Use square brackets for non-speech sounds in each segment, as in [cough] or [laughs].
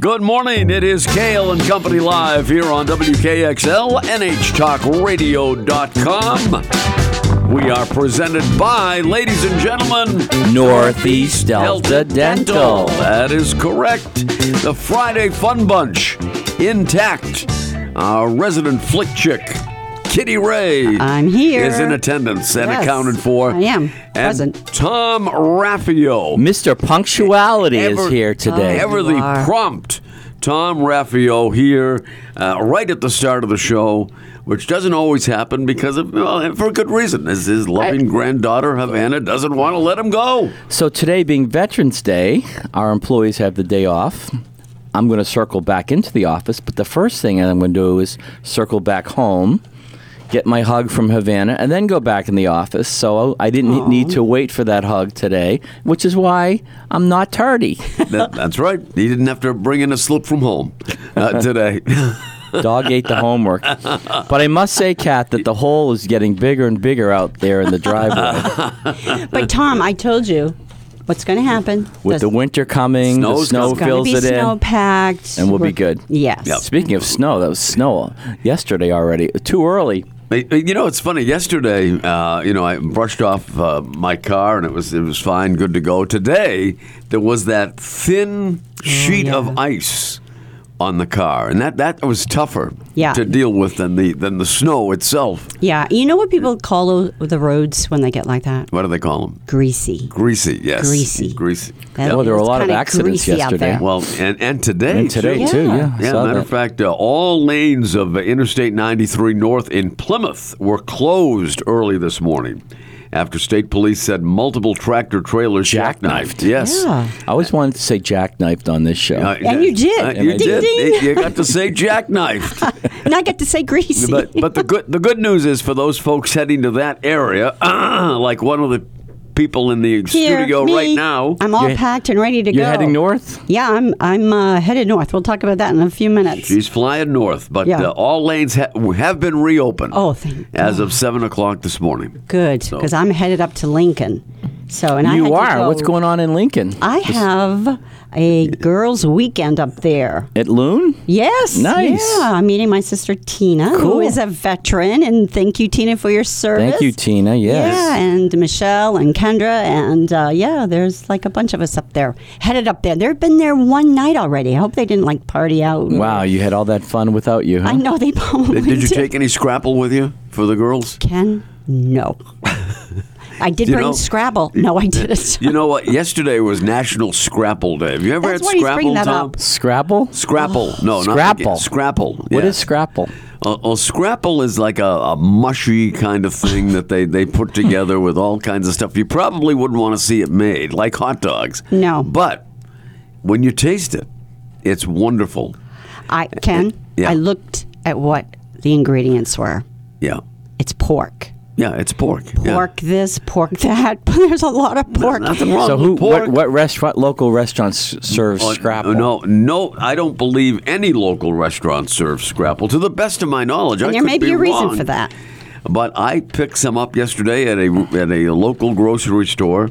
Good morning. It is Kale and Company live here on WKXL, NHTalkRadio.com. We are presented by, ladies and gentlemen, Northeast Delta Dental. That is correct. The Friday Fun Bunch, intact. Our resident flick chick, Kitty Ray. I'm here. Is in attendance and Yes, accounted for. I am And present. Tom Raffio. Mr. Punctuality Ever- is here today. Oh. Ever the You are. prompt. Tom Raffio here, uh, right at the start of the show, which doesn't always happen because of, well, and for good reason, as his loving granddaughter Havana doesn't want to let him go. So today being Veterans Day, our employees have the day off. I'm going to circle back into the office, but the first thing I'm going to do is circle back home, get my hug from Havana, and then go back in the office. So I didn't need to wait for that hug today, which is why I'm not tardy. [laughs] That- that's right. He didn't have to bring in a slip from home uh, today. [laughs] Dog ate the homework. But I must say, Kat, that the hole is getting bigger and bigger out there in [laughs] the driveway. But Tom, I told you what's going to happen. With the winter coming, the Snow's coming. snow It's going fills to be it in. snow packed, and we'll be good. Yes. Yep. Speaking of snow, that was snow yesterday already. Too early. Hey, hey, You know, it's funny. Yesterday, uh, you know, I brushed off uh, my car and it was it was fine, good to go. Today, there was that thin Oh, sheet of ice on the car, and that that was tougher Yeah. to deal with than the than the snow itself. Yeah. You know what people call tho- the roads when they get like that? What do they call them? Greasy. Greasy. Yes. Greasy. Greasy. That- Well, Oh, there were a it's lot of kinda accidents greasy out yesterday. there. Well, and and today And today too. too. Yeah. Yeah. I Yeah, saw matter of that. fact, uh, all lanes of Interstate 93 North in Plymouth were closed early this morning after state police said multiple tractor trailers jackknifed. Jackknifed. Yes. Yeah. I always wanted to say jackknifed on this show. Uh, And you did. uh, And you I did. did. Ding, ding. You got to [laughs] say jackknifed. and I get to say greasy. But but the good the good news is for those folks heading to that area, [clears throat] like one of the people in the Here, studio me, right now. I'm all You're- packed and ready to You're go. heading north? Yeah, I'm I'm uh, headed north. We'll talk about that in a few minutes. She's flying north, but Yeah. uh, all lanes ha- have been reopened. Oh, thank As of seven o'clock this morning. Good, because I'm headed up to Lincoln. So and I had you to are. go- What's going on in Lincoln? I have a girls' weekend up there. At Loon? Yes. Nice. Yeah, I'm meeting my sister Tina, Cool. who is a veteran, and thank you, Tina, for your service. Thank you, Tina. Yes. Yeah, and Michelle and Kendra, and uh, yeah, there's like a bunch of us up there, headed up there. They've been there one night already. I hope they didn't like party out. Wow, you had all that fun without you, huh? I know they probably Did you take any Scrapple with you for the girls? Ken? No. I did You bring know- Scrabble. No, [laughs] I didn't. You know what? Yesterday was National Scrapple Day. Have you ever That's had why he's Scrapple, bringing that Tom? up. Scrabble? Scrapple. No, Scrapple. Not, scrapple. What yeah. is Scrapple? Uh, well, Scrapple is like a, a mushy kind of thing that they, they [laughs] put together with all kinds of stuff. You probably wouldn't want to see it made, like hot dogs. No. But when you taste it, it's wonderful. I Ken. Yeah. I looked at what the ingredients were. Yeah. It's pork. Yeah, it's pork. Yeah. Pork this, pork that. [laughs] But there's a lot of pork. Nothing wrong So with who? Oh, pork. What, what restaurant? Local restaurant s- serves Uh, Scrapple? No, no, I don't believe any local restaurant serves Scrapple. To the best of my knowledge, I and there could may be, be a reason wrong. for that. But I picked some up yesterday at a at a local grocery store.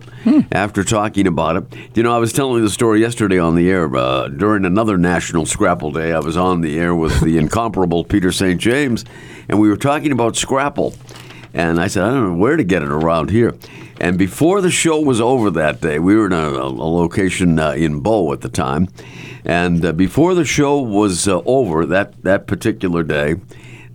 After talking about it, you know, I was telling the story yesterday on the air uh, during another National Scrapple Day. I was on the air with the incomparable Peter St. James, and we were talking about Scrapple. And I said, I don't know where to get it around here. And before the show was over that day, we were in a, a location uh, in Bow at the time. And uh, before the show was uh, over that, that particular day,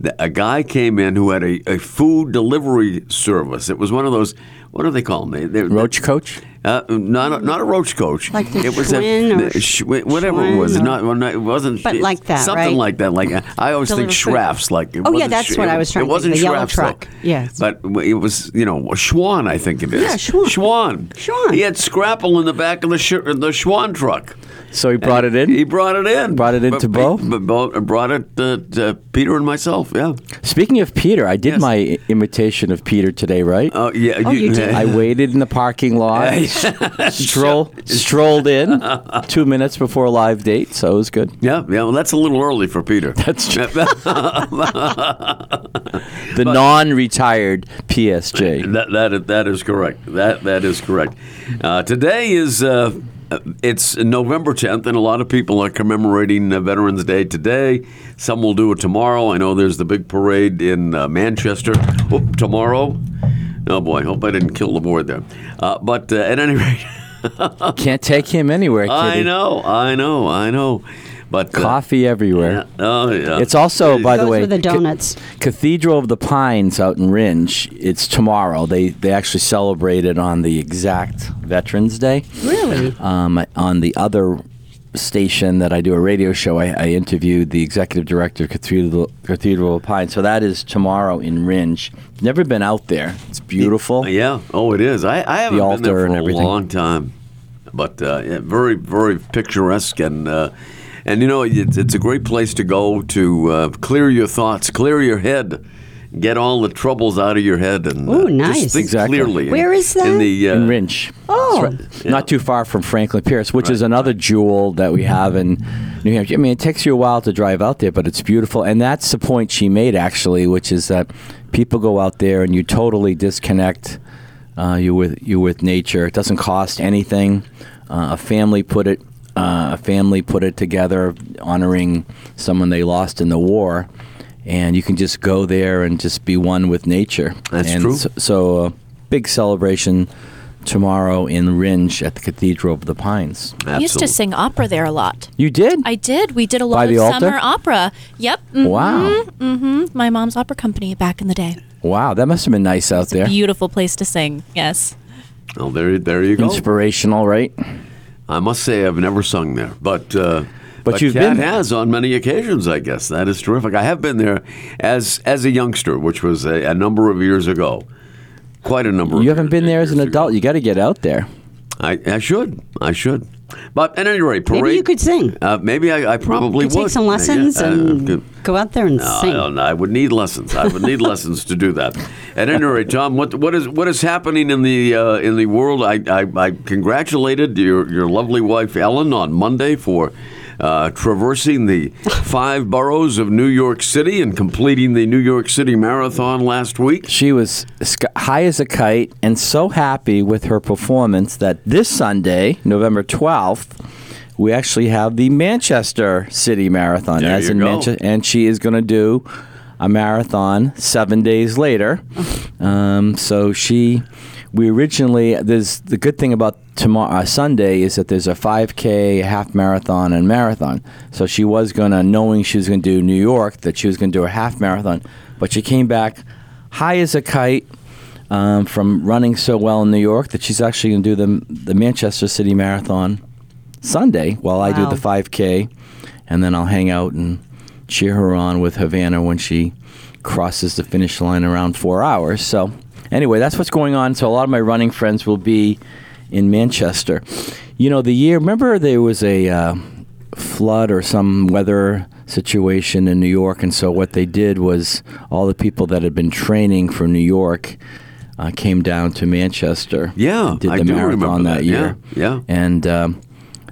th- a guy came in who had a, a food delivery service. It was one of those, what do they call them? They, they, Roach Coach? Uh, not, a, not a roach coach. Like the it was Schwinn or a, sh- whatever it was. Schwinn or- Not, well, not- it wasn't. But it- like that, Something right? like that. Like I always Deliver think food. Schraff's. Like it Oh, yeah, wasn't that's Sch- what it- I was trying It to think, wasn't the yellow Schraff's, truck. though. Yes. But w- it was, you know, Schwann, I think it is. Yeah, Schwann. Schwann. Schwann. He had Scrapple in the back of the sh- the Schwann truck. So he brought it in. He brought it in. Brought it in But- to Bo? But Bo brought it uh, to Peter and myself. Yeah. Speaking of Peter, I did Yes. my i- imitation of Peter today, right? Oh yeah. Oh, you did. I waited in the parking lot, s- stroll, strolled in two minutes before live date, so it was good. [laughs] Yeah, yeah. Well, that's a little early for Peter. [laughs] That's true. [laughs] the non-retired PSJ. That that is, that is correct. That that is correct. Uh, today is uh, It's November 10th, and a lot of people are commemorating uh, Veterans Day today. Some will do it tomorrow. I know there's the big parade in uh, Manchester Whoop, tomorrow. Oh boy, hope I didn't kill the board there. Uh, but uh, at any [laughs] rate, Can't take him anywhere. Kitty. I know, I know, I know. But uh, Coffee everywhere. oh yeah, It's also, by the Goes way, with the ca- donuts. Cathedral of the Pines out in Ringe. It's tomorrow. They they actually celebrate it on the exact Veterans Day. Really? Um, on the other station that I do a radio show, I, I interviewed the executive director of Cathedral Cathedral of the Pines. So that is tomorrow in Ringe. Never been out there. It's beautiful. Yeah. Oh, it is. I, I haven't been altar there for and a everything. long time, but uh, yeah, very, very picturesque and. Uh, and you know it's, it's a great place to go to uh, clear your thoughts, clear your head, get all the troubles out of your head, and Ooh, uh, nice. just think Exactly. clearly. Where is In that? the uh, in Rinch. Oh. It's right- not too far from Franklin Pierce, which is another jewel that we have in New Hampshire. I mean, it takes you a while to drive out there, but it's beautiful. And that's the point she made, actually, which is that people go out there and you totally disconnect. Uh, you with you with nature. It doesn't cost anything. Uh, a family put it. Uh, a family put it together, honoring someone they lost in the war, and you can just go there and just be one with nature. That's And true. So, so a big celebration tomorrow in Ringe at the Cathedral of the Pines. I used to absolute- sing opera there a lot. You did? I did. We did a lot By of the altar? summer opera. Yep. Mm, wow. My mom's opera company back in the day. Wow, that must have been nice out there. Beautiful place to sing. Yes. Oh, there, there you go. Inspirational, right? I must say I've never sung there, but uh, But you've Kat been there. has on many occasions. I guess that is terrific. I have been there as as a youngster, which was a, a number of years ago, quite a number. of You haven't years- been there as an years ago. adult. You got to get out there. I, I should. I should. But at any rate, parade. Maybe you could sing. Uh, maybe I, I probably You would take some Yeah, lessons uh, and good. go out there and No, I sing. don't know. I would need lessons. I would need lessons to do that. At any rate, Tom, what what is what is happening in the uh, in the world? I, I, I congratulated your your lovely wife Ellen on Monday for uh, traversing the five boroughs of New York City and completing the New York City Marathon last week. She was sc- high as a kite and so happy with her performance that this Sunday, November 12th, we actually have the Manchester City Marathon There as you in go. Manchester and she is going to do a marathon 7 days later. Um, so she we originally there's the good thing about tomorrow uh, Sunday is that there's a 5k, a half marathon and marathon. So she was going to knowing she was going to do New York that she was going to do a half marathon, but she came back high as a kite um, from running so well in New York that she's actually going to do the the Manchester City Marathon Sunday while I do Wow. the 5K, and then I'll hang out and cheer her on with Havana when she crosses the finish line around four hours. So anyway, that's what's going on. So a lot of my running friends will be in Manchester. You know, the year. Remember, there was a uh, flood or some weather situation in New York, and so what they did was all the people that had been training for New York. Uh, came down to Manchester. Yeah, and did the I do remember marathon that, year. yeah, yeah. and um,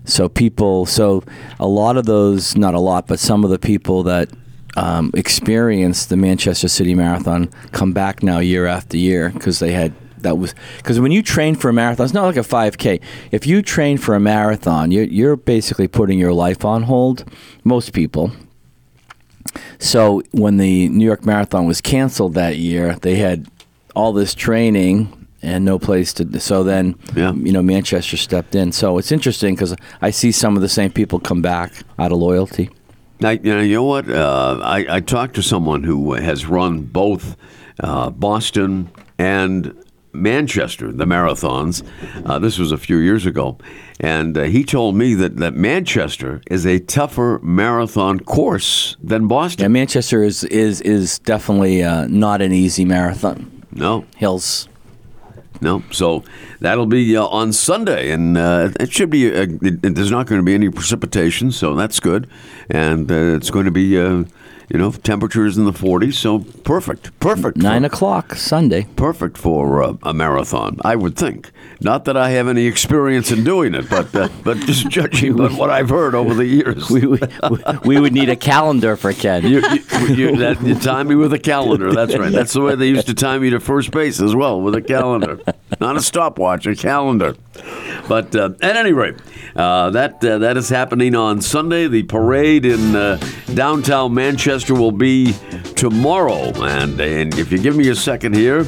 so people so a lot of those not a lot but some of the people that um, experienced the manchester city marathon come back now year after year because they had that was because when you train for a marathon it's not like a 5k if you train for a marathon you're, you're basically putting your life on hold most people so when the New York Marathon was canceled that year, they had all this training and no place to. So then, Yeah. you know, Manchester stepped in. So it's interesting because I see some of the same people come back out of loyalty. Now, you know, you know what? Uh, I, I talked to someone who has run both uh, Boston and Manchester, the marathons. Uh, this was a few years ago. And uh, he told me that, that Manchester is a tougher marathon course than Yeah, Boston. Manchester is is is definitely uh, not an easy marathon. No, Hills. no. So that'll be uh, on Sunday. And uh, it should be, uh it, there's not going to be any precipitation, so that's good. And uh, it's going to be, uh, you know, temperatures in the 40s. So perfect, perfect. for- Nine o'clock Sunday. perfect for a, a marathon, I would think. Not that I have any experience in doing it, but uh, but just judging by what I've heard over the years. [laughs] We, we, we would need a calendar for Ken. You, you, you, that, you time me with a calendar. That's right. That's the way they used to time you to first base as well with a calendar, not a stopwatch, a calendar. But uh, at any rate, Uh, that uh, that is happening on Sunday. The parade in uh, downtown Manchester will be tomorrow, and and if you give me a second here,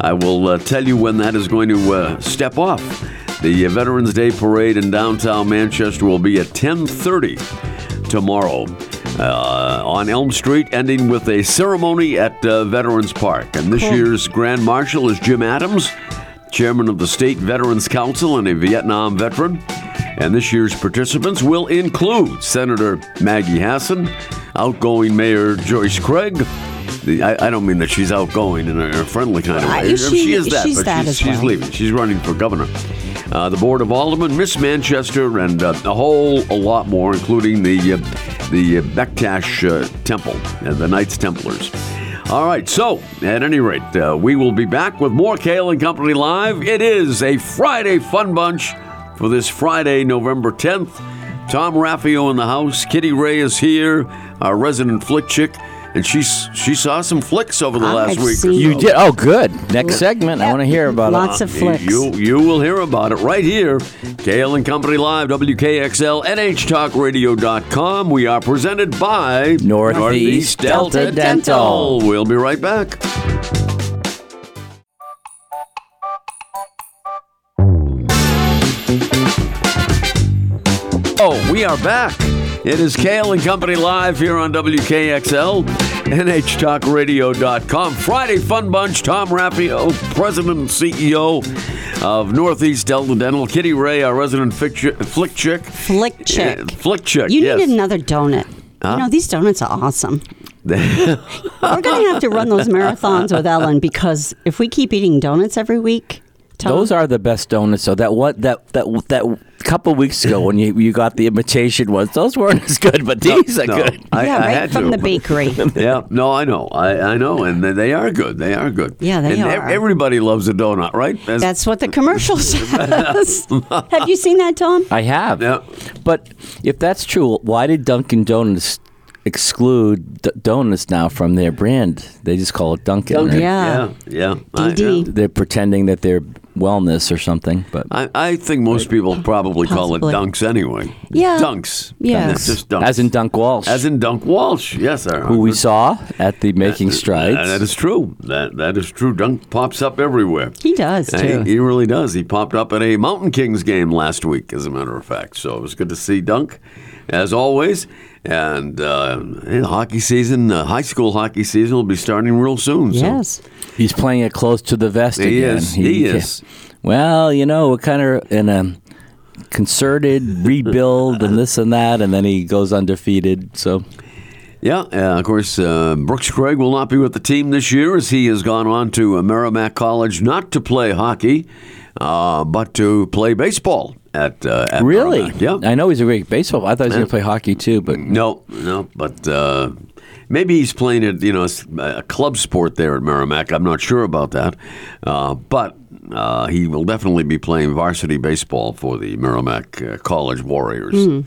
I will uh, tell you when that is going to uh, step off. The uh, Veterans Day parade in downtown Manchester will be at 10:30 tomorrow uh, on Elm Street, ending with a ceremony at uh, Veterans Park. And this year's Grand Marshal is Jim Adams, chairman of the State Veterans Council and a Vietnam veteran. And this year's participants will include Senator Maggie Hassan, outgoing Mayor Joyce Craig. The, I, I don't mean that she's outgoing in a friendly kind of Uh, way. she- she's but that she's, as she's well. leaving. She's running for governor. Uh, the Board of Aldermen, Miss Manchester, and uh, a whole a lot more, including the uh, the uh, Bektash uh, Temple and the Knights Templars. All right, so at any rate, uh, we will be back with more Kale and Company Live. It is a Friday fun bunch for this Friday, November 10th. Tom Raffio in the house. Kitty Ray is here, our resident flick chick, and she's she saw some flicks over the I last have week. or seen- so. You did. Oh, good. Next segment. I want to hear about it. Lots of flicks. Uh, You you will hear about it right here. Kale and Company Live, WKXL, NHTalkRadio.com. We are presented by Northeast Delta Dental. We'll be right back. Oh, we are back. It is Kale and Company live here on WKXL, NHTalkRadio.com. Friday Fun Bunch, Tom Raffio, President and CEO of Northeast Delta Dental, Kitty Ray, our resident fic- flick chick. Flick chick. Yeah, flick chick, You yes. need another donut. You know, these donuts are [laughs] awesome. We're going to have to run those marathons with Ellen because if we keep eating donuts every week, Tom, Those are the best donuts. So that what that that that couple weeks ago when you, you got the imitation ones, those weren't as good, but these are No, good. I, yeah, I right had to. from the bakery. [laughs] yeah, no, I know, I, I know, and they- they are good. They are good. Yeah, they and ev- are. everybody loves a donut, right? That's- That's what the [laughs] commercial says. [laughs] have you seen that, Tom? I have. Yeah. But if that's true, why did Dunkin' Donuts exclude d- donuts now from their brand? They just call it Dunkin'. right? [laughs] yeah, Yeah. yeah. I- DD. They're pretending that they're wellness or something, but I, I think most people probably call it Possibly. dunks anyway. Yeah. Dunks. Yeah. It's just dunks. as in Dunk Walsh, As in Dunk Walsh. Yes, sir. who we saw at the Making Strides. that is true. That that is true. Dunk pops up everywhere. He does, Hey, too. he really does. He popped up at a Mountain Kings game last week, as a matter of fact. So it was good to see Dunk, as always. And uh, hey, the hockey season, uh, high school hockey season, will be starting real soon. so- Yes. He's playing it close to the vest He again. is. He is. Well, you know, we're kind of in a concerted rebuild and this and that, and then he goes undefeated. So Yeah, uh, of course, uh, Brooks Craig will not be with the team this year as he has gone on to uh, Merrimack College not to play hockey, uh, but to play baseball at, uh, at really, Merrimack. Yeah. I know he's a great baseball. I thought he was going to play hockey too, but No, no, but uh, maybe he's playing at you know s- a club sport there at Merrimack. I'm not sure about that, uh, but uh, he will definitely be playing varsity baseball for the Merrimack uh, College Warriors.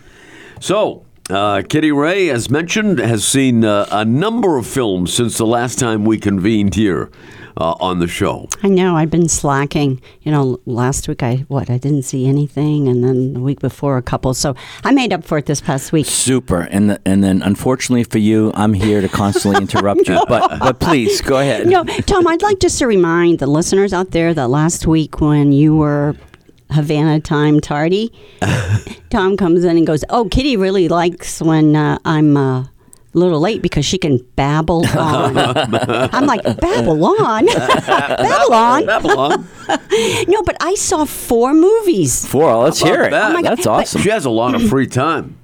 So. Uh, Kitty Ray, as mentioned, has seen uh, a number of films since the last time we convened here uh, on the show. I know. I've been slacking. You know, l- last week I what I didn't see anything, and then the week before a couple. So I made up for it this past week. super. And the, and then, unfortunately for you, I'm here to constantly [laughs] interrupt you. But but please go ahead. No, Tom, I'd like just to remind the listeners out there that last week when you were Havana time tardy, Tom comes in and goes, "Oh, Kitty really likes when uh, I'm." Uh, a little late because she can babble on. I'm like, babble on? babble on? Babylon. No, but I saw four movies. Four. Let's hear it. that? Oh my God. That's awesome. she has a lot of free time.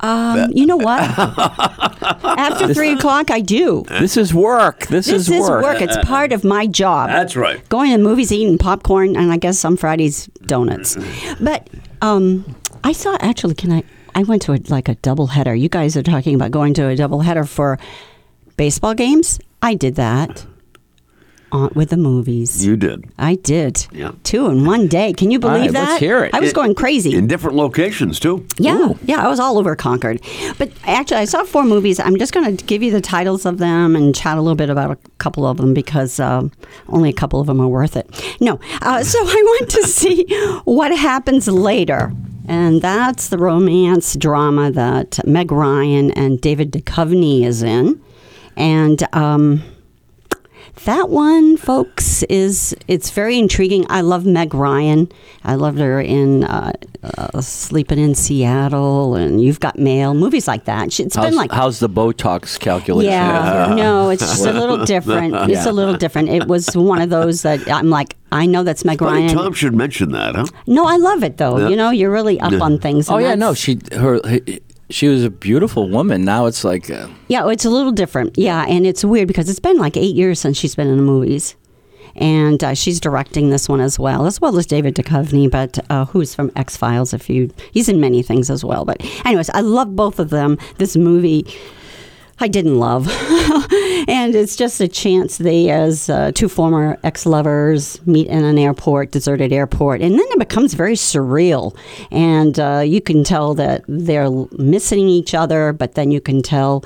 Um, you know what? After three o'clock, I do. This is work. This, This is work. It's part of my job. That's right. Going to the movies, eating popcorn, and I guess on Fridays donuts. But um, I saw actually. Can I? I went to a, like a double header. You guys are talking about going to a double header for baseball games. I did that on, with the movies. You did. I did. Yeah. Two in one day. Can you believe right, that? let's hear it. I was It- going crazy. In different locations, too. Yeah, yeah, I was all over Concord. But actually, I saw four movies. I'm just going to give you the titles of them and chat a little bit about a couple of them because um, only a [laughs] couple of them are worth it. No, uh, so I went to see What Happens Later. And that's the romance drama that Meg Ryan and David Duchovny is in. And um, that one, folks, is it's very intriguing. I love Meg Ryan. I loved her in uh, uh, Sleeping in Seattle and You've Got Mail, movies like that. She- It's How's, been like how's the Botox calculation? yeah, no, it's just [laughs] a little different. It's Yeah. a little different. It was one of those that I'm like, I know that's Meg Funny Ryan. Tom should mention that, huh? No, I love it though. You know, you're really up on things. Oh and yeah, that's- no, she her she was a beautiful woman. Now it's like uh, Yeah, oh, it's a little different. Yeah, and it's weird because it's been like eight years since she's been in the movies. And uh, she's directing this one as well, as well as David Duchovny, but uh, who's from X Files? If you, he's in many things as well. But anyways, I love both of them. This movie, I didn't love, [laughs] and it's just a chance they, as uh, two former ex-lovers, meet in an airport, deserted airport, and then it becomes very surreal, and uh, you can tell that they're missing each other, but then you can tell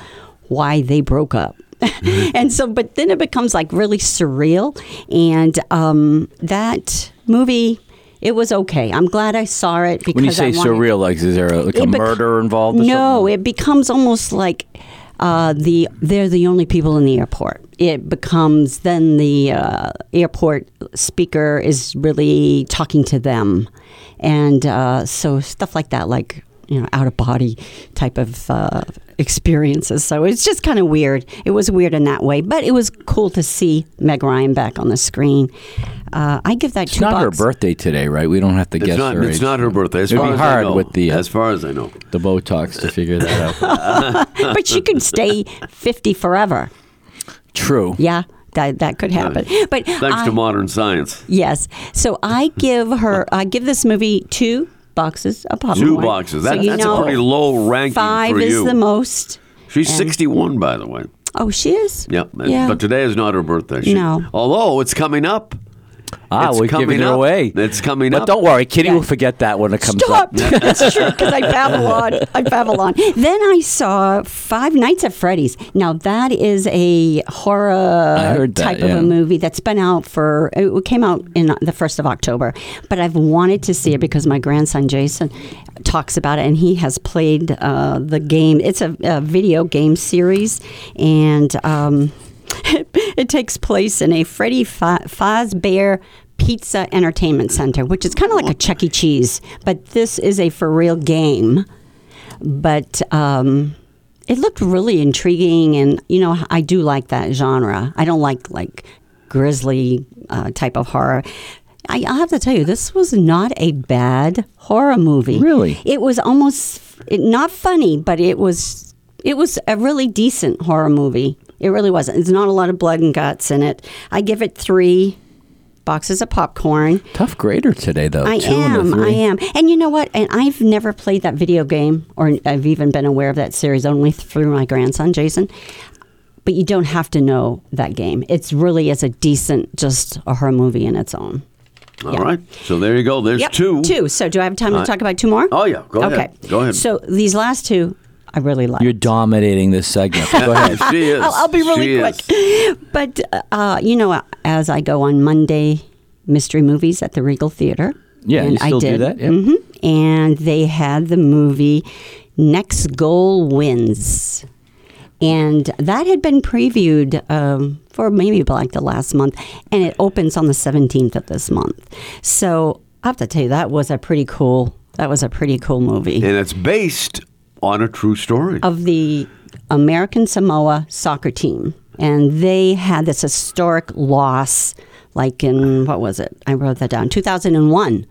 why they broke up. [laughs] and so, but then it becomes like really surreal. And um, that movie, it was okay. I'm glad I saw it because when you I say wanted- surreal, like is there like a It bec- murder involved? Or no, it becomes almost like uh, the they're the only people in the airport. It becomes then the uh, airport speaker is really talking to them, and uh, so stuff like that, like you know, out of body type of. Uh, experiences so it's just kind of weird it was weird in that way but it was cool to see meg ryan back on the screen uh, i give that It's two not bucks her birthday today, right? We don't have to It's guess not. her It's age. not her birthday. As It'd far be as I hard know. with the uh, as far as I know. the Botox to figure [laughs] that out. [laughs] but [laughs] she could stay 50 forever True. yeah that, that could happen but Thanks I, to modern science. Yes. So I [laughs] give her, I give this movie two boxes of popcorn. Two boxes. That, so Oh you that's know, a pretty low ranking Five for is you. the most. She's and- 61, by the way. Oh, she is? Yep. Yeah. But today is not her birthday. She, No. Although it's coming up. Ah, It's we're coming giving it up. away. It's coming but up. don't worry, Kitty Yeah. will forget that when it comes Stop. [laughs] up. That's true, because I babble on. I babble on. Then I saw Five Nights at Freddy's. Now, that is a I horror heard that, type of yeah. a movie that's been out for, it came out in the 1st of October, but I've wanted to see it because my grandson Jason talks about it and he has played uh, the game. It's a, a video game series, and um, [laughs] it takes place in a Freddy Fo- Fazbear Pizza Entertainment Center, which is kind of like a Chuck E. Cheese, but this is a for real game. But um, it looked really intriguing, and you know I do like that genre. I don't like like grisly uh, type of horror. I, I have to tell you, this was not a bad horror movie. Really? it was almost it, not funny, but it was it was a really decent horror movie. It really wasn't. There's not a lot of blood and guts in it. I give it three boxes of popcorn. Tough grader today, though. I Two and a am. I three. am. And you know what? And I've never played that video game, or I've even been aware of that series only through my grandson, Jason. But you don't have to know that game. It's really is a decent, just a horror movie in its own. All right. So there you go. There's Yep, two. Two. So do I have time Uh, to talk about two more? Oh, yeah. Go okay. ahead. Go ahead. So these last two, I really like. You're dominating this segment. [laughs] Go ahead. she is. [laughs] I'll, I'll be really She quick. is. But uh, you know, as I go on Monday mystery movies at the Regal Theater, Yeah, and you still I do did. that? Yeah. hmm And they had the movie Next Goal Wins. And that had been previewed um, for maybe like the last month, and it opens on the 17th of this month. So I have to tell you, that was a pretty cool. That was a pretty cool movie And it's based on a true story. of the American Samoa soccer team, and they had this historic loss, like in what was it? I wrote that down. Two thousand and one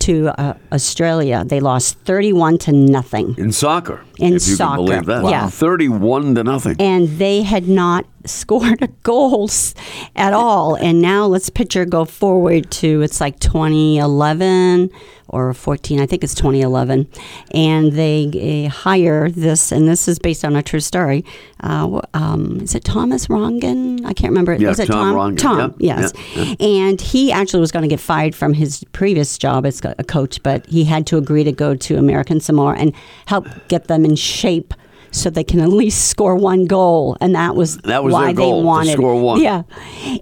to uh, Australia. They lost thirty-one to nothing. in soccer. In if you soccer, can believe that. yeah. 31 to nothing. and they had not [laughs] scored a goal s- at all. And now let's picture go forward to it's like 2011 or 14, I think it's 2011. And they uh, hire this, and this is based on a true story. Uh, w- um, is it Thomas Rongan? I can't remember. Yeah, was it Tom Tom? Rongan. Tom, Yep, yes. yeah, And he actually was going to get fired from his previous job as co- a coach, but he had to agree to go to American Samoa and help get them in shape so they can at least score one goal, and that was That was why their goal, they to wanted score one. Yeah,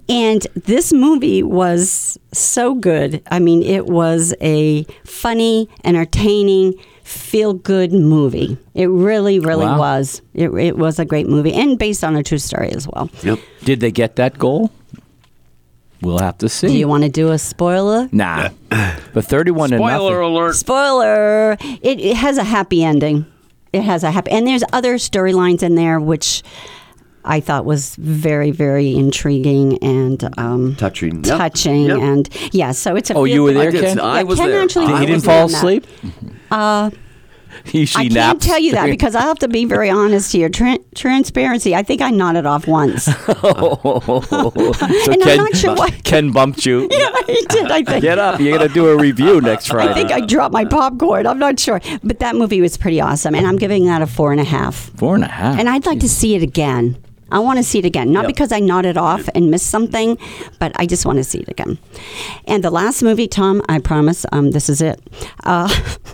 and this movie was so good. I mean, it was a funny, entertaining, feel good movie. It really, really Wow. was. It, it was a great movie, and based on a true story as well. Yep. Did they get that goal? We'll have to see. Do you want to do a spoiler? [laughs] nah. But 31 to nothing. Spoiler alert. Spoiler! It, it has a happy ending. It has a happy, and there's other storylines in there which I thought was very, very intriguing and um, Touching. Yep. touching, Yep. and yeah. So it's a Oh, you feel- were there, I, did, Ken? I Yeah, was Ken there. actually I He was didn't was fall doing that. Uh, asleep? [laughs] he, she I can't naps. [laughs] tell you that because I have to be very honest here. Tran transparency. I think I nodded off [laughs] once. [laughs] Oh. so and Ken, I'm not sure why. Ken bumped you. [laughs] Yeah, I did. I think. Get up. You're going to do a review next Friday. [laughs] I think I dropped my popcorn. I'm not sure, but that movie was pretty awesome, and I'm giving that a four and a half. Four and a half. And I'd like to see it again. I want to see it again, not because I nodded off and missed something, but I just want to see it again. And the last movie, Tom, I promise, um, this is it. Uh,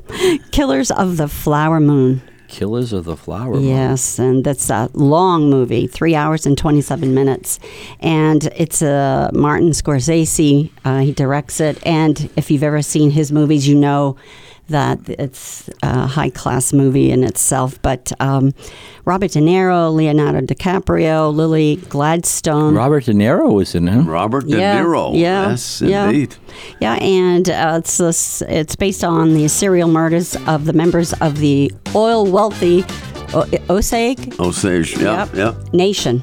[laughs] Killers of the Flower Moon. Killers of the Flower Moon. Yes, and that's a long movie, three hours and 27 minutes. And it's uh, Martin Scorsese. Uh, he directs it. And if you've ever seen his movies, you know that it's a high class movie in itself. But um, Robert De Niro, Leonardo DiCaprio, Lily Gladstone. Robert De Niro was in him. Robert De Yeah, Niro. yeah, Yes, yeah. indeed. Yeah, and uh, it's this, it's based on the serial murders of the members of the oil wealthy o- Osage Osage. Oh, Yeah, Yep. yeah. Nation.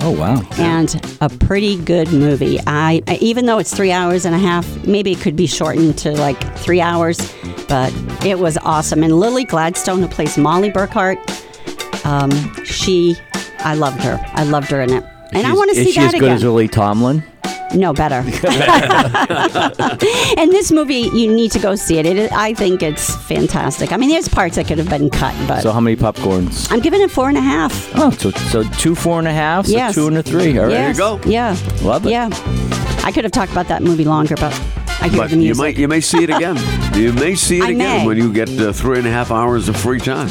Oh, wow. and a pretty good movie. I I- even though it's three hours and a half, maybe it could be shortened to like three hours, but it was awesome. And Lily Gladstone, who plays Molly Burkhart, um, she, I loved her. I loved her in it, and I She's- want to Is see she that as good again. as Lily Tomlin? no, better. [laughs] [laughs] and this movie, you need to go see it. it. is- I think it's fantastic. I mean, there's parts that could have been cut, but So how many [laughs] popcorns? I'm giving it four and a half. Oh, so, so two four and a half, so Yes. two and a three. All right. There you Yes. go. Yeah. Love it. Yeah. I could have talked about that movie longer, but I hear But the you music. might you may see it again. [laughs] you may see it I again may. when you get uh, three and a half hours of free time.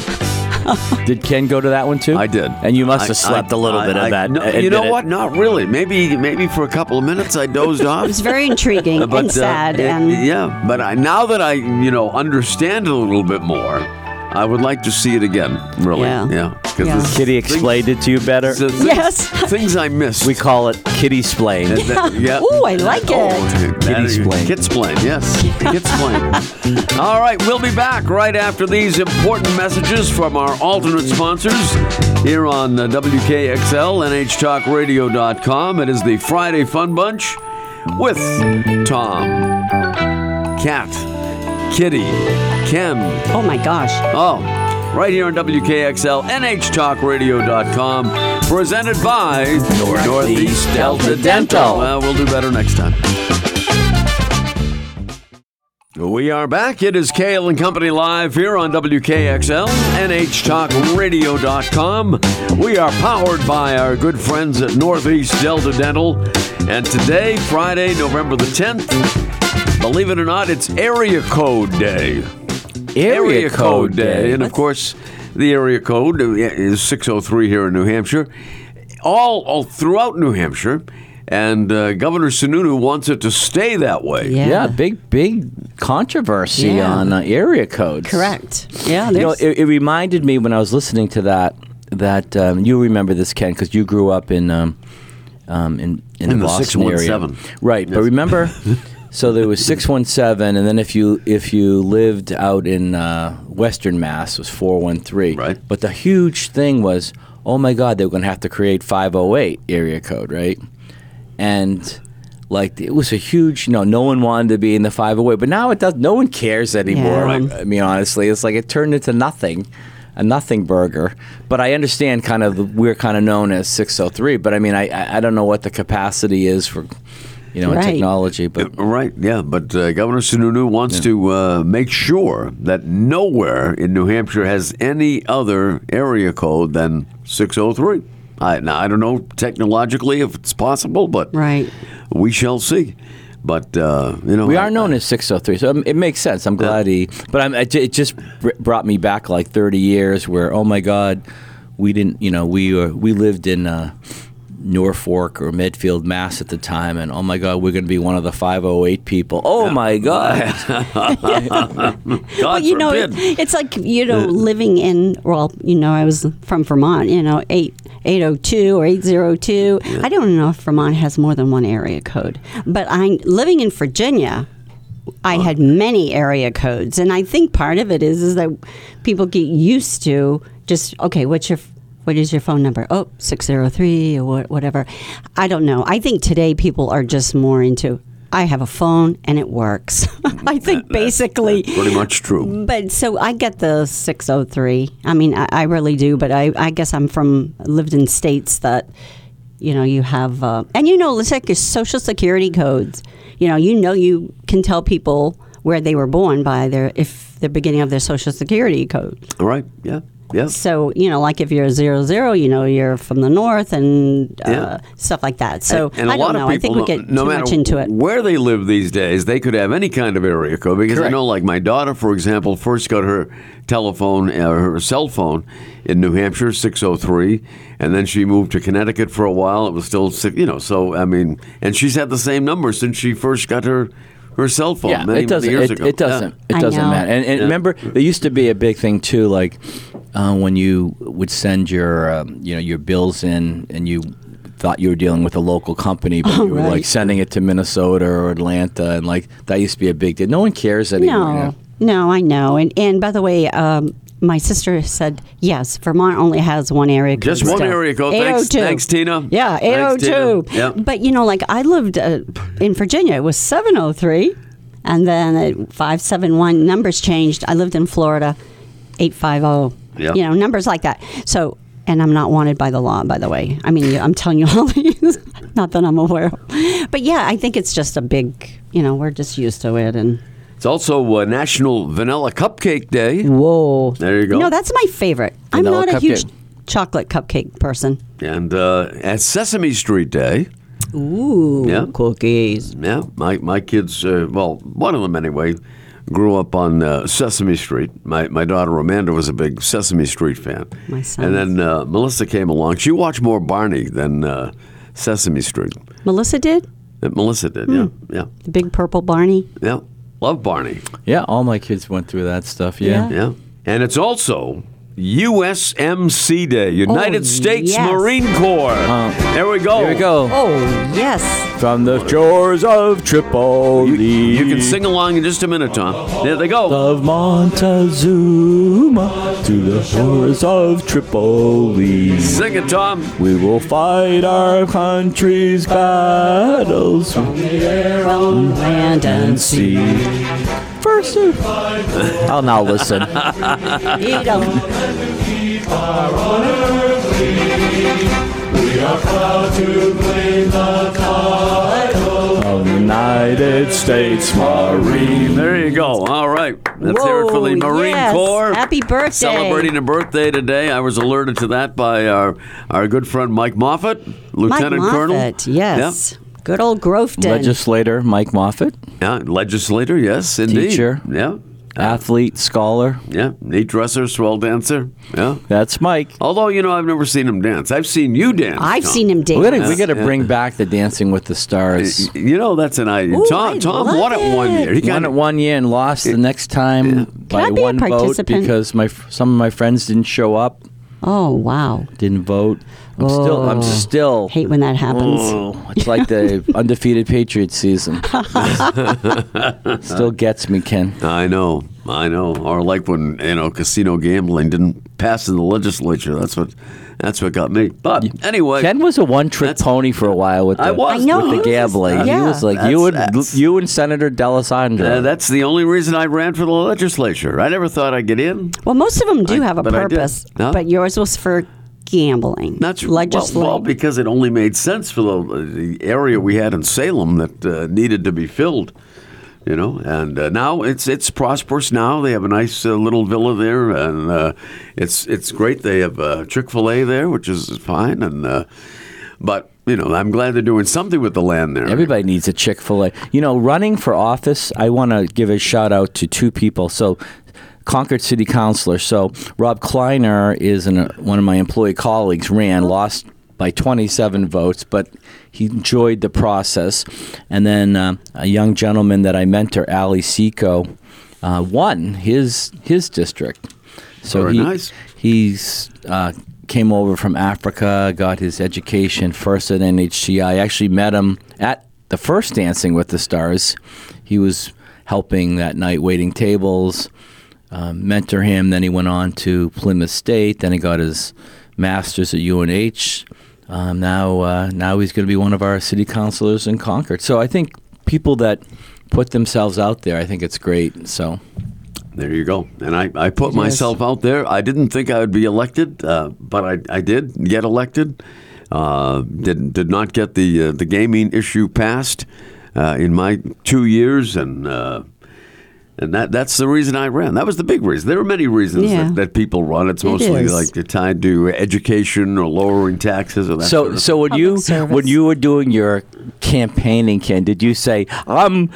Did Ken go to that one too? I did. And you must I- have slept I- a little I- bit I- of that. no, admit you know it. what? Not really. Maybe maybe for a couple of minutes I [laughs] dozed off. Uh, It was very [laughs] intriguing and sad. it- and yeah, but I, now that I you know understand a little bit more, I would like to see it again. Really, Yeah. yeah. 'Cause Yeah. it's Kitty things- explained it to you better. it's- it's- [laughs] Yes. things I [laughs] missed. we call it kitty splain. And that- yeah. Ooh, I like Oh, it. Kitty's plane. Kids plane, yes. Kids [laughs] plane. All right, we'll be back right after these important messages from our alternate sponsors here on uh, WKXL, NHTalkRadio.com. It is the Friday Fun Bunch with Tom, Kat, Kitty, Ken, Oh my gosh. Oh, right here on WKXL, NHTalkRadio.com, presented by Northeast, Delta Dental. Uh, we'll do better next time. We are back. It is Kale and Company live here on WKXL, NHTalkRadio.com. We are powered by our good friends at Northeast Delta Dental. And today, Friday, November the 10th, believe it or not, it's Area Code Day area code day. And of course, the area code is 603 here in New Hampshire, all, all throughout New Hampshire. And uh, Governor Sununu wants it to stay that way. Yeah. Yeah, big big controversy Yeah. on uh, area codes. Correct. Yeah. You know, there's- it, it reminded me when I was listening to that that um, you remember this, Ken, because you grew up in um, um, in, in, In the Boston area. 617. right? [laughs] But remember, so there was six one seven, and then if you if you lived out in uh, Western Mass, it was four one three. Right. But the huge thing was, oh my God, they were going to have to create five zero eight area code, right? and like it was a huge you know no one wanted to be in the 508 but now it does no one cares anymore Yeah. I, I mean honestly it's like it turned into nothing a nothing burger but i understand kind of the- we're kind of known as 603 but i mean i i I don't know what the capacity is for you know in Right. technology but Right, yeah, but uh, Governor Sununu wants to uh, make sure that nowhere in New Hampshire has any other area code than 603. I, now, I don't know technologically if it's possible, but right. we shall see. But uh, you know, We I- are known as 603, so um, it makes sense. I'm glad he, but I'm, I ju- it just br- brought me back like 30 years where, oh my God, we didn't, you know, we uh, we lived in uh, Norfolk or Medfield, Mass at the time, and oh my God, we're going to be one of the 508 people. Oh my God. God Well, you know, it, forbid. it's like you know, living in well, you know, I was from Vermont. You know, eight eight oh two or eight zero two. I don't know if Vermont has more than one area code, but I living in Virginia. Oh. I had many area codes, and I think part of it is is that people get used to just okay. What's your what is your phone number? Oh, 603 or what- whatever. I don't know. I think today people are just more into. I have a phone and it works. [laughs] Mm, I think basically pretty much true. but so I get the 603. I mean, I, I really do, but I, I guess I'm from, lived in states that, you know, you have, uh, and you know, it's like your social security codes. You know, you know, you can tell people where they were born by their, if the beginning of their social security code. All right, yeah, yeah. So, you know, like if you're a zero zero, you know, you're from the north and uh, Yeah. stuff like that. So and I a lot don't know. of I think people, we get no too matter much into it. Where they live these days, they could have any kind of area code because I Correct. know, like my daughter, for example, first got her telephone uh, her cell phone in New Hampshire, six oh three, and then she moved to Connecticut for a while. It was still six, you know. So I mean, and she's had the same number since she first got her her cell phone. many, many it doesn't. years it, ago. it doesn't. Yeah. It I doesn't know. matter. And, and remember, there used to be a big thing too, like uh, when you would send your, um, you know, your bills in, and you thought you were dealing with a local company, but you were like Oh, right. sending it to Minnesota or Atlanta, and like that used to be a big deal. No one cares anymore. No, no, I know. And and by the way, um, my sister said yes. Vermont only has one area code. Just one still. area code. Thanks- 802. thanks, Tina. Yeah, eight oh Thanks, two. Tina. Yep. But you know, like I lived uh, in Virginia, it was seven oh three, and then it, five seven one numbers changed. I lived in Florida, eight five zero. Yep. You know, numbers like that. So. And I'm not wanted by the law, by the way. I mean, I'm telling you [laughs] all these, not that I'm aware of. But yeah, I think it's just a big, you know, we're just used to it. And It's also uh, National Vanilla Cupcake Day. Whoa. There you go. No, that's my favorite. Vanilla I'm not a cupcake. huge chocolate cupcake person. And uh, at Sesame Street Day. Ooh, Yeah. cookies. Yeah, my my kids, uh, well, one of them anyway, grew up on uh, Sesame Street. My my daughter Amanda was a big Sesame Street fan. My son And is. then uh, Melissa came along. She watched more Barney than uh, Sesame Street. Melissa did? Uh, Melissa did. Yeah, The big purple Barney? yeah, yeah. Love Barney. Yeah, all my kids went through that stuff. Yeah. Yeah, and it's also. USMC Day, United States Oh, yes. Marine Corps. there we go. Here we go. Oh, yes. From the shores of Tripoli. You can sing along in just a minute, Tom. There they go. of Montezuma to the shores of Tripoli. Sing it, Tom. We will fight our country's battles from the air on land and sea. First, I'll now [laughs] listen. Eat 'em. of United States Marine. There you go. All right. Let's hear it for the Whoa, Marine yes. Corps. Happy birthday. Celebrating a birthday today. I was alerted to that by our, our good friend Mike Moffat, Mike [laughs] Lieutenant Moffat, Colonel. yes. Good old Groveton. Legislator Mike Moffat, Yeah. yeah. Legislator, yes, indeed. Teacher. Yeah. athlete, scholar. Yeah. Neat dresser, swell dancer. Yeah. That's Mike. Although, you know, I've never seen him dance. I've seen you dance. I've Tom. seen him We gotta, dance. we gotta bring back the Dancing with the Stars. You know, that's an idea. Ooh, Tom, I Tom love won it one it. year. He won got it one year and lost the next time by I be a one vote participant? because my f- some of my friends didn't show up, Oh, wow. didn't vote. I'm still, Oh. I'm still. Hate when that happens. Oh, it's like [laughs] the undefeated Patriots season. still gets me, Ken. I know, I know. Or like when you know casino gambling didn't pass in the legislature. That's what, that's what got me. But anyway, Ken was a one-trick That's- pony for a while with the, I was. I know, with he the was- gambling. He yeah. was like you and That's- that's- you and Senator D'Alessandro. uh, that's the only reason I ran for the legislature. I never thought I'd get in. Well, most of them do I- have a but I did. purpose, Huh? but yours was for gambling. Not sure- legislative. Well, well, because it only made sense for the, the area we had in Salem that uh, needed to be filled. You know, and uh, now it's it's prosperous. Now they have a nice uh, little villa there, and uh, it's it's great. They have uh, Chick Fil A there, which is fine, and uh, but you know, I'm glad they're doing something with the land there. Everybody needs a Chick fil A. You know, running for office, I want to give a shout out to two people. So, Concord City Councilor. So, Rob Kleiner is an, one of my employee colleagues, ran, lost by 27 votes, but he enjoyed the process. And then uh, a young gentleman that I mentor, Ali Seco, uh, won his, his district. So Very he, nice. He's uh, came over from Africa, got his education first at NHC. I actually met him at the first Dancing with the Stars. He was helping that night, waiting tables, uh, mentor him. Then he went on to Plymouth State. Then he got his master's at UNH. Um, now, uh, now he's going to be one of our city councilors in Concord. So I think people that put themselves out there, I think it's great. So There you go. And I, I put myself out there. I didn't think I would be elected, uh, but I, I did get elected. Uh, did did not get the uh, the gaming issue passed uh, in my two years, and uh, and that that's the reason I ran. That was the big reason. There are many reasons Yeah. that, that people run. It's mostly is. like they're tied to education or lowering taxes or that. sort So, of so when Public you service. when you were doing your campaigning, Ken, did you say I'm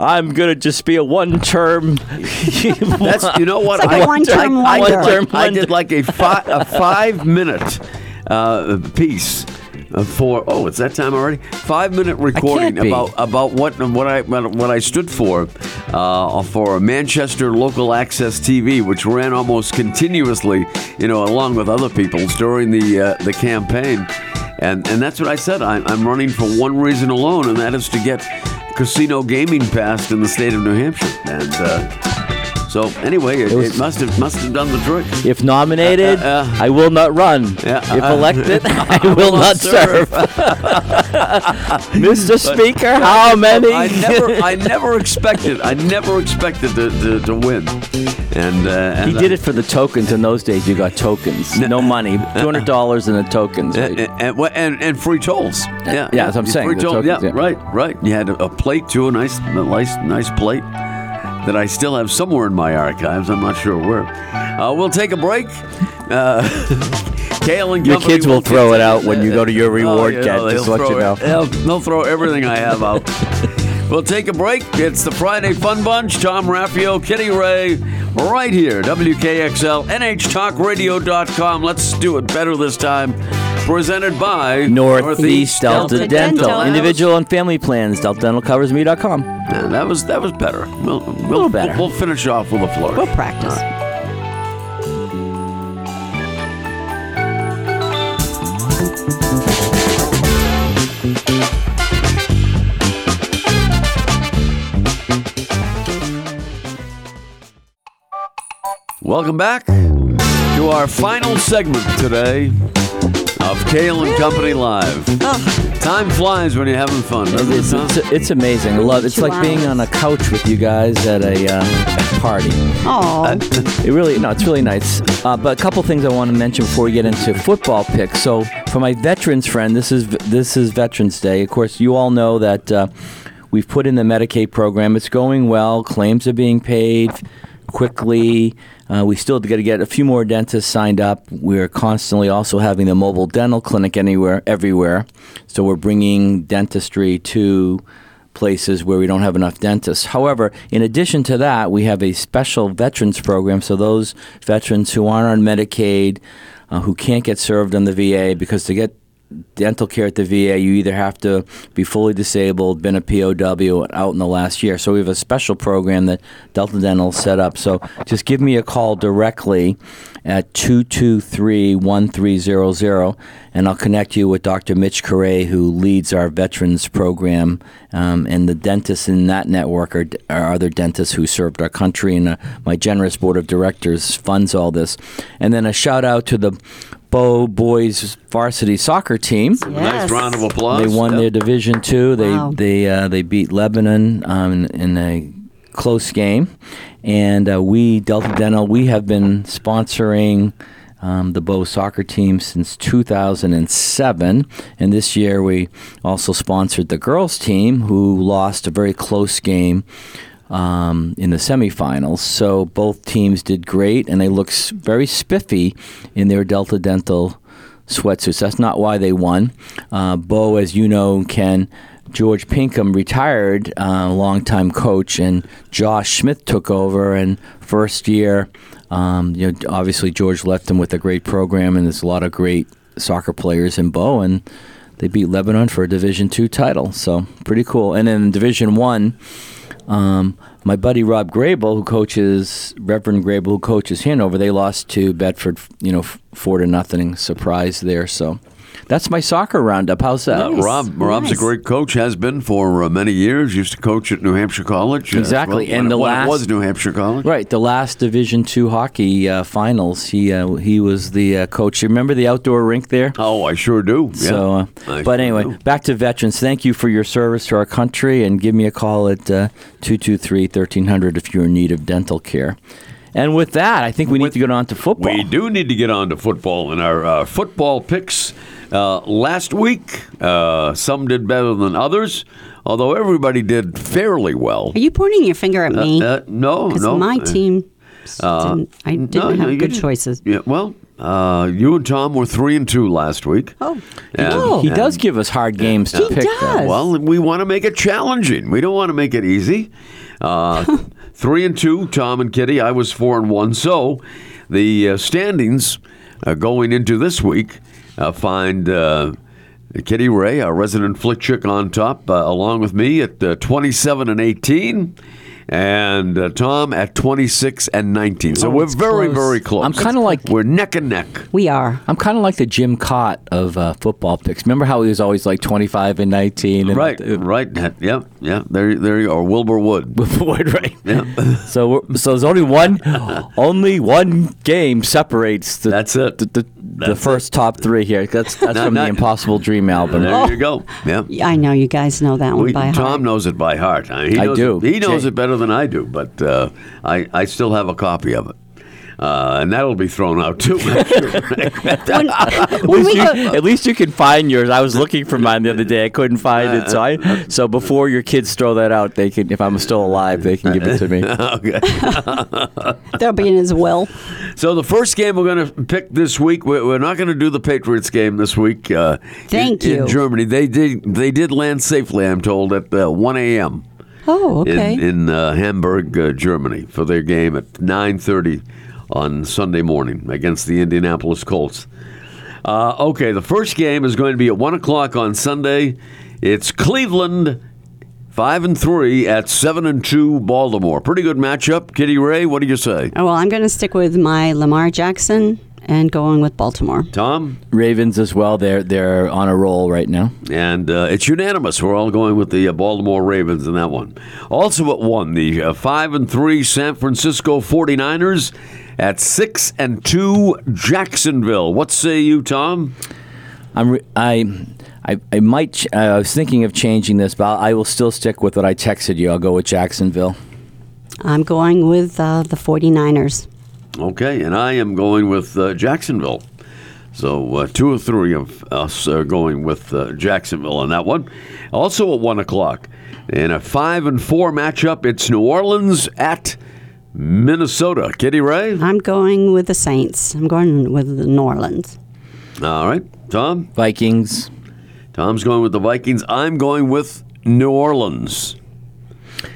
I'm gonna just be a one term? [laughs] That's you know what like a one-term I, I, did wonder. like, I did like a, fi- a five minute uh, piece uh, for oh it's that time already five minute recording be. about about what what I what I stood for uh, for Manchester local access TV which ran almost continuously you know along with other people's during the uh, the campaign and and that's what I said I'm, I'm running for one reason alone and that is to get casino gaming passed in the state of New Hampshire and. Uh, so anyway, it, it, was- must have must have done the trick. [laughs] If nominated, Uh, uh, uh. I will not run. Yeah, if uh, [laughs] elected, [laughs] I will not serve. [laughs] Mr. Speaker, how many? I [laughs] never I never expected I never expected to, to, to win, and, uh, and he did it for the tokens. In those days, you got tokens, no [laughs] money, two hundred dollars in the tokens. And, and, and, and free tolls. Yeah, yeah, that's what I'm saying, Free the toll- tokens, yeah, yeah. right, right. You had a, a plate too, a nice, a nice, nice plate that I still have somewhere in my archives. I'm not sure where. Uh, we'll take a break. Uh, [laughs] Kale and Your company kids will throw it out when you go to your Oh, reward yeah, get, they'll just want you throw to know. it- They'll, they'll throw everything I have out. we'll take a break. It's the Friday Fun Bunch. Tom Raffio, Kitty Ray, right here. WKXL, NHTalkRadio.com. Let's do it better this time. Presented by Northeast Delta, Delta Dental. Dental. Individual and family plans. DeltaDentalCoversMe.com. Yeah, that was that was better. We'll, we'll, little better. We'll, finish off with a flourish. We'll [laughs] practice. Welcome back to our final segment today of Kale and Company Live. Time flies when you're having fun, doesn't it, It's, Tom? it's, it's amazing. I love. It's Two like being hours. on a couch with you guys at a uh, party. Oh, It really, no, it's really nice. Uh, but a couple things I want to mention before we get into football picks. So for my veterans friend, this is this is Veterans Day. Of course, you all know that uh, we've put in the Medicaid program. It's going well. Claims are being paid quickly. Uh, we still got to get a few more dentists signed up. We're constantly also having the mobile dental clinic anywhere, everywhere. So we're bringing dentistry to places where we don't have enough dentists. However, in addition to that, we have a special veterans program. So those veterans who aren't on Medicaid, uh, who can't get served on the VA, because to get dental care at the VA, you either have to be fully disabled, been a POW out in the last year. So we have a special program that Delta Dental set up. So just give me a call directly at 223-1300 and I'll connect you with Dr. Mitch Correa who leads our veterans program um, and the dentists in that network are, are other dentists who served our country and uh, my generous board of directors funds all this. And then a shout out to the Bow boys varsity soccer team. Nice Yes. round of applause. They won Yep. their division two. They Wow. they uh, they beat Lebanon um, in a close game, and uh, we Delta Dental we have been sponsoring. Um, the Bow soccer team since 2007, and this year we also sponsored the girls team, who lost a very close game um, in the semifinals. So both teams did great, and they look s- very spiffy in their Delta Dental sweatsuits. That's not why they won. Uh, Bo, as you know, Ken, George Pinkham retired, uh, longtime coach, and Josh Smith took over. And first year, um, you know, obviously George left him with a great program, and there's a lot of great soccer players in Bo, and they beat Lebanon for a Division two title. So pretty cool. And in Division one. Um, my buddy Rob Grable, who coaches Reverend Grable, who coaches Hanover, they lost to Bedford, you know, f- four to nothing. Surprise there. So that's my soccer roundup. How's that? Uh, Rob, Rob's a Nice. great coach. Has been for uh, many years. Used to coach at New Hampshire College. uh, Exactly, well, and when, the it- when last- it was New Hampshire College. Right, the last Division two hockey uh, finals. He uh, he was the uh, coach. You remember the outdoor rink there? Oh, I sure do. Yeah. So, uh, I but sure anyway, do. back to veterans. Thank you for your service to our country, and give me a call at uh, 223 1300 if you're in need of dental care. And with that, I think we need With- to get on to football. We do need to get on to football and our uh, football picks. Uh, last week, uh, some did better than others, although everybody did fairly well. Are you pointing your finger at me? Uh, no, Because no. my uh, team, s- didn't, I didn't no, no, have you good didn't. choices. Yeah, well, uh, you and Tom were three and two last week. Oh, And- oh. He does give us hard games to He pick. though. does. Well, we want to make it challenging. We don't want to make it easy. [laughs] Uh, three and two, Tom and Kitty. I was four and one. So the uh, standings uh, going into this week uh, find uh, Kitty Ray, our resident flick chick, on top, uh, along with me at uh, 27 and 18. And uh, Tom at 26 and 19. So we're Oh, it's very, close. very close. I'm kinda like- We're neck and neck. we are. I'm kind of like the Jim Cott of uh, football picks. Remember how he was always like 25 and 19? And [laughs] Right, right. Yeah, yeah. There, there you are. Wilbur Wood. Boyd, right? so, we're, so there's only one, only one game separates the That's it. the, the, the first top three here. That's that's Not- from not- the Impossible Dream album. Oh, There you go. Yeah. Yeah, I know Oh. you guys know that one We- by heart. Tom knows it by heart. I, mean, he I knows do. It, he knows Jay- it better than I do, but uh, I, I still have a copy of it. Uh, and that'll be thrown out too. [laughs] I'm sure. When- [laughs] [laughs] when At we least, go, you, at least you can find yours. I was looking for mine the other day. I couldn't find Uh, it. So I so before your kids throw that out, they can. If I'm still alive, they can give it [laughs] to me. okay. they'll be in his will. So the first game we're going to pick this week, we're, we're not going to do the Patriots game this week. Uh, Thank in, In you. Germany, they did they did land safely. I'm told at uh, 1 a.m. Oh, okay. in, in uh, Hamburg, uh, Germany, for their game at 9:30 on Sunday morning against the Indianapolis Colts. Uh, okay, the first game is going to be at one o'clock on Sunday. It's Cleveland. Five and three at seven and two Baltimore. Pretty good matchup. Kitty Ray, what do you say? Oh, well, I'm going to stick with my Lamar Jackson and going with Baltimore. Tom? Ravens as well. They're they're on a roll right now. And uh, it's unanimous. We're all going with the uh, Baltimore Ravens in that one. Also at one, the uh, five and three San Francisco 49ers at six and two Jacksonville. What say you, Tom? I'm re- I. I, I might. Ch- uh, I was thinking of changing this, but I will still stick with what I texted you. I'll go with Jacksonville. I'm going with uh, the 49ers. Okay, and I am going with uh, Jacksonville. So uh, two or three of us are going with uh, Jacksonville on that one. Also at one o'clock, in a five and four matchup, it's New Orleans at Minnesota. Kitty Ray. I'm going with the Saints. I'm going with the New Orleans. All right, Tom. Vikings. Tom's going with the Vikings. I'm going with New Orleans.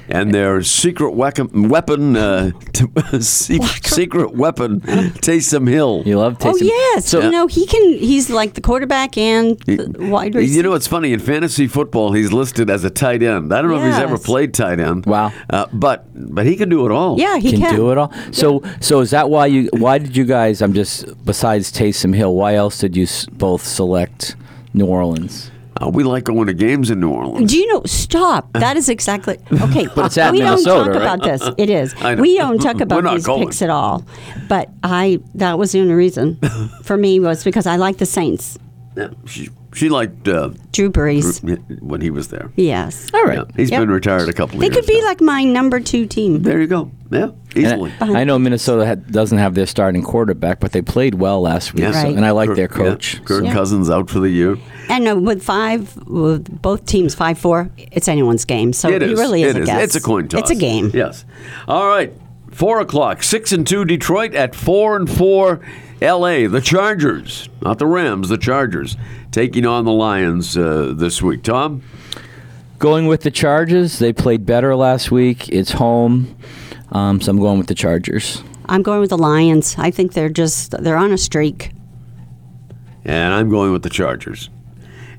And their secret weapon, weapon uh, [laughs] t- se- secret weapon, Taysom Hill. You love Taysom. Oh yes, Yeah. you know he can. He's like the quarterback and the wide receiver. You know what's funny? In fantasy football, he's listed as a tight end. I don't know if he's ever Yes. played tight end. Wow. Uh, but but he can do it all. yeah, he can, can, do it all. So so is that why you? Why did you guys? I'm just besides Taysom Hill. Why else did you s- both select New Orleans? Uh, we like going to games in New Orleans. Do you know? Stop. Uh-huh. That is [laughs] exactly okay. but it's at we Minnesota, don't talk right? about this. It is. I know. We don't [laughs] talk We're about not these going. picks at all. [laughs] But I that was the only reason for me was because I like the Saints. Yeah, she, she liked uh, Drew Brees. when he was there. Yes. All right. Yeah, He's Yep. been retired a couple of They years. could be now. like my number two team. There you go. Yeah, easily. I know Minnesota had, doesn't have their starting quarterback, but they played well last week, Yeah. so- Right. and I like Kirk- their yeah, coach. Kirk so- Cousins out for the year. And uh, with five, with both teams five four, it's anyone's game. So It is. really is It a guess. It's a coin toss. It's a game. Yes. All right. Four o'clock, six and two Detroit at four and four L.A. The Chargers, not the Rams, the Chargers taking on the Lions uh, this week. Tom, Going with the Chargers, they played better last week. It's home, um, so I'm going with the Chargers. I'm going with the Lions. I think they're just they're on a streak. and I'm going with the Chargers.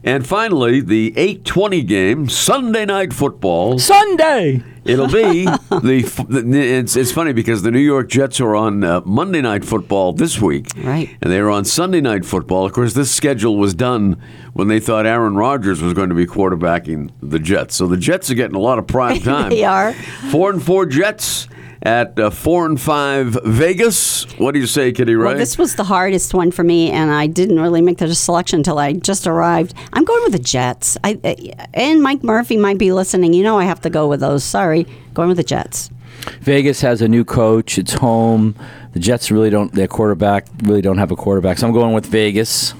And finally, the eight twenty game Sunday night football. Sunday. It'll be the. f- the- It's, it's funny because the New York Jets are on uh, Monday Night Football this week, Right. And they were on Sunday Night Football. Of course, this schedule was done when they thought Aaron Rodgers was going to be quarterbacking the Jets. So the Jets are getting a lot of [laughs] prime time. They are. four and four Jets at uh, four and five Vegas. What do you say, Kitty? Right? Well, this was the hardest one for me, and I didn't really make the selection until I just arrived. I'm going with the Jets. I, I- and Mike Murphy might be listening. You know, I have to go with those. Sorry, going with the Jets. Vegas has a new coach. It's home. The Jets really don't. Their quarterback really don't have a quarterback. So I'm going with Vegas.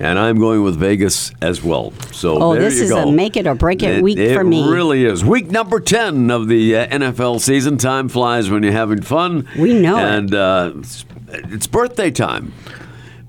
And I'm going with Vegas as well. So Oh, there this you is go. a make it or break it week for me. It really is. Week number 10 of the uh, NFL season. Time flies when you're having fun. We know it. And uh, it's, it's birthday time.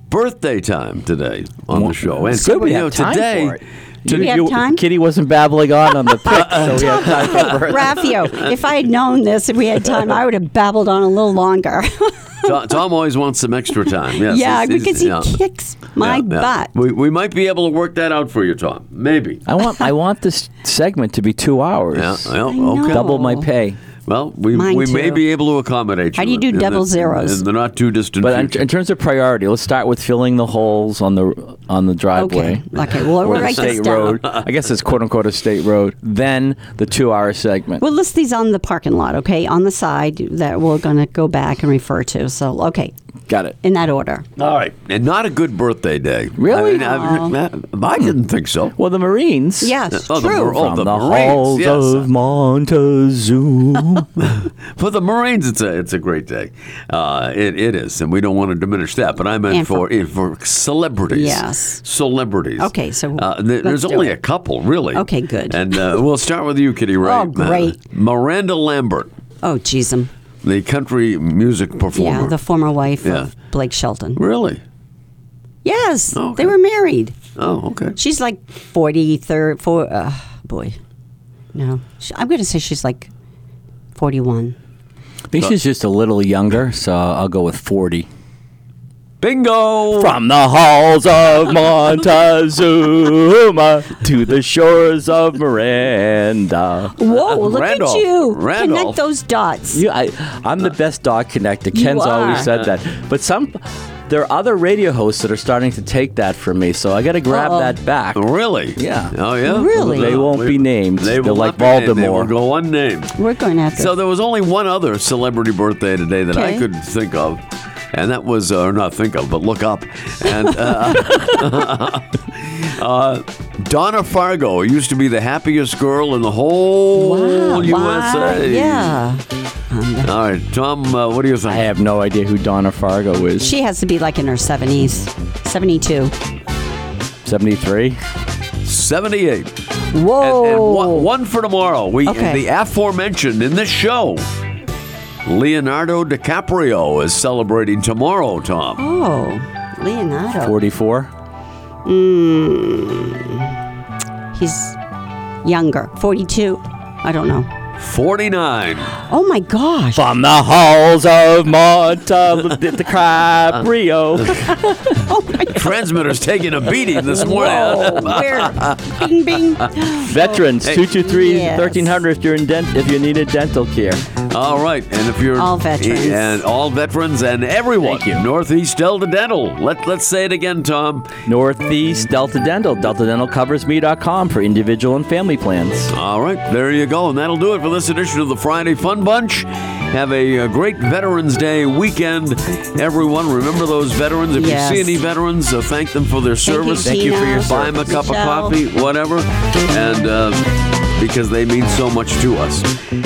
Birthday time today on the show. And Good, we you have know, time today, for it. to- We have you- time? Kitty wasn't babbling on on the pick, so we have time for her. [laughs] Raffio, if I had known this, if we had time, I would have babbled on a little longer. [laughs] Tom, Tom always wants some extra time. Yes, [laughs] yeah, he's- he's- because he yeah. kicks my Yeah, yeah. butt. We, we might be able to work that out for you, Tom. Maybe. [laughs] I want I want this segment to be two hours. Yeah, yeah, I know. okay. Double Oh. my pay. Well, we, Mine we may too. be able to accommodate you. How do you do in the- double zeros? In the not too distant But in, future. in terms of priority, let's start with filling the holes on the on the driveway. Okay. Okay. Well, Or we'll the write this state down. road. I guess it's quote unquote a state road. Then the two hour segment. We'll list these on the parking lot, okay? On the side that we're going to go back and refer to. So, okay, Got it. in that order. All right, and not a good birthday day. Really? I, mean, I, I didn't think so. Well, the Marines. Yes, Oh, the true. Mar- oh. From the, Marines, halls yes. of Montezuma. [laughs] For the Marines, it's a it's a great day. Uh, it, it is, and we don't want to diminish that. But I meant And for for- for, for celebrities. Yes. celebrities. Okay, so uh, there- let's there's do only it. a couple, really. Okay, good. And uh, we'll start with you, Kitty. Ray. Oh, great. Miranda Lambert, Oh, jeez. um, the country music performer. Yeah, the former wife Yeah. of Blake Shelton. really? Yes, Okay. they were married. Oh, okay. She's like 43, four, uh, boy. No, She- I'm going to say she's like 41. I think she's just a little younger, so I'll go with 40. Bingo. From the halls [laughs] of Montezuma to the shores of Miranda. Whoa, Uh, look Randolph. at you. Randolph. Connect those dots. You, I, I'm the best dog connector. You Ken's always are. said that. But some, there are other radio hosts that are starting to take that from me, so I got to grab Uh-oh. that back. Really? Yeah. Oh, yeah. Really? They won't be named. They They're will like not be named. They Voldemort. will go unnamed. We're going to have to. So there was only one other celebrity birthday today that I Okay. could think of, and that was, uh, or not think of, but look up. And uh, [laughs] uh, Donna Fargo used to be the happiest girl in the whole wow. USA. Yeah. All right, Tom, uh, what do you think? I have no idea who Donna Fargo is. She has to be like in her 70s, 72. 73? 78. And, Whoa. and one, one for tomorrow. We Oh. Okay. the aforementioned in this show. Leonardo DiCaprio is celebrating tomorrow, Tom. Oh, Leonardo. Hmm. 44? He's younger, 42. I don't know. 49. Oh my gosh. From the halls of Montezuma. Oh my gosh. [laughs] Transmitter's taking a beating this morning. Whoa. Where? Bing, bing. [laughs] Veterans, 223 Yes. 1300 if you're, in dent- if you needed dental care. All right, and if you're All veterans. and all veterans and everyone, Thank you. Northeast Delta Dental. Let let's say it again, Tom. Northeast Delta Dental, deltadentalcoversme.com for individual and family plans. All right, there you go, and that'll do it for this edition of the Friday Fun Bunch. Have a, uh great Veterans Day weekend, everyone. Remember those veterans. If Yes. you see any veterans, uh, thank them for their you, service. Thank you for your Tina. Buy them a cup of Michelle. coffee, whatever, and uh, because they mean so much to us.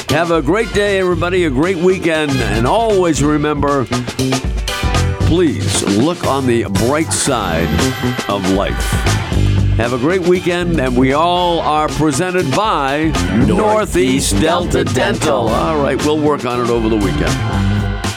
Have a great day, everybody. A great weekend, and always remember. Please look on the bright side of life. Have a great weekend, and we all are presented by Northeast Delta Dental. All right, we'll work on it over the weekend.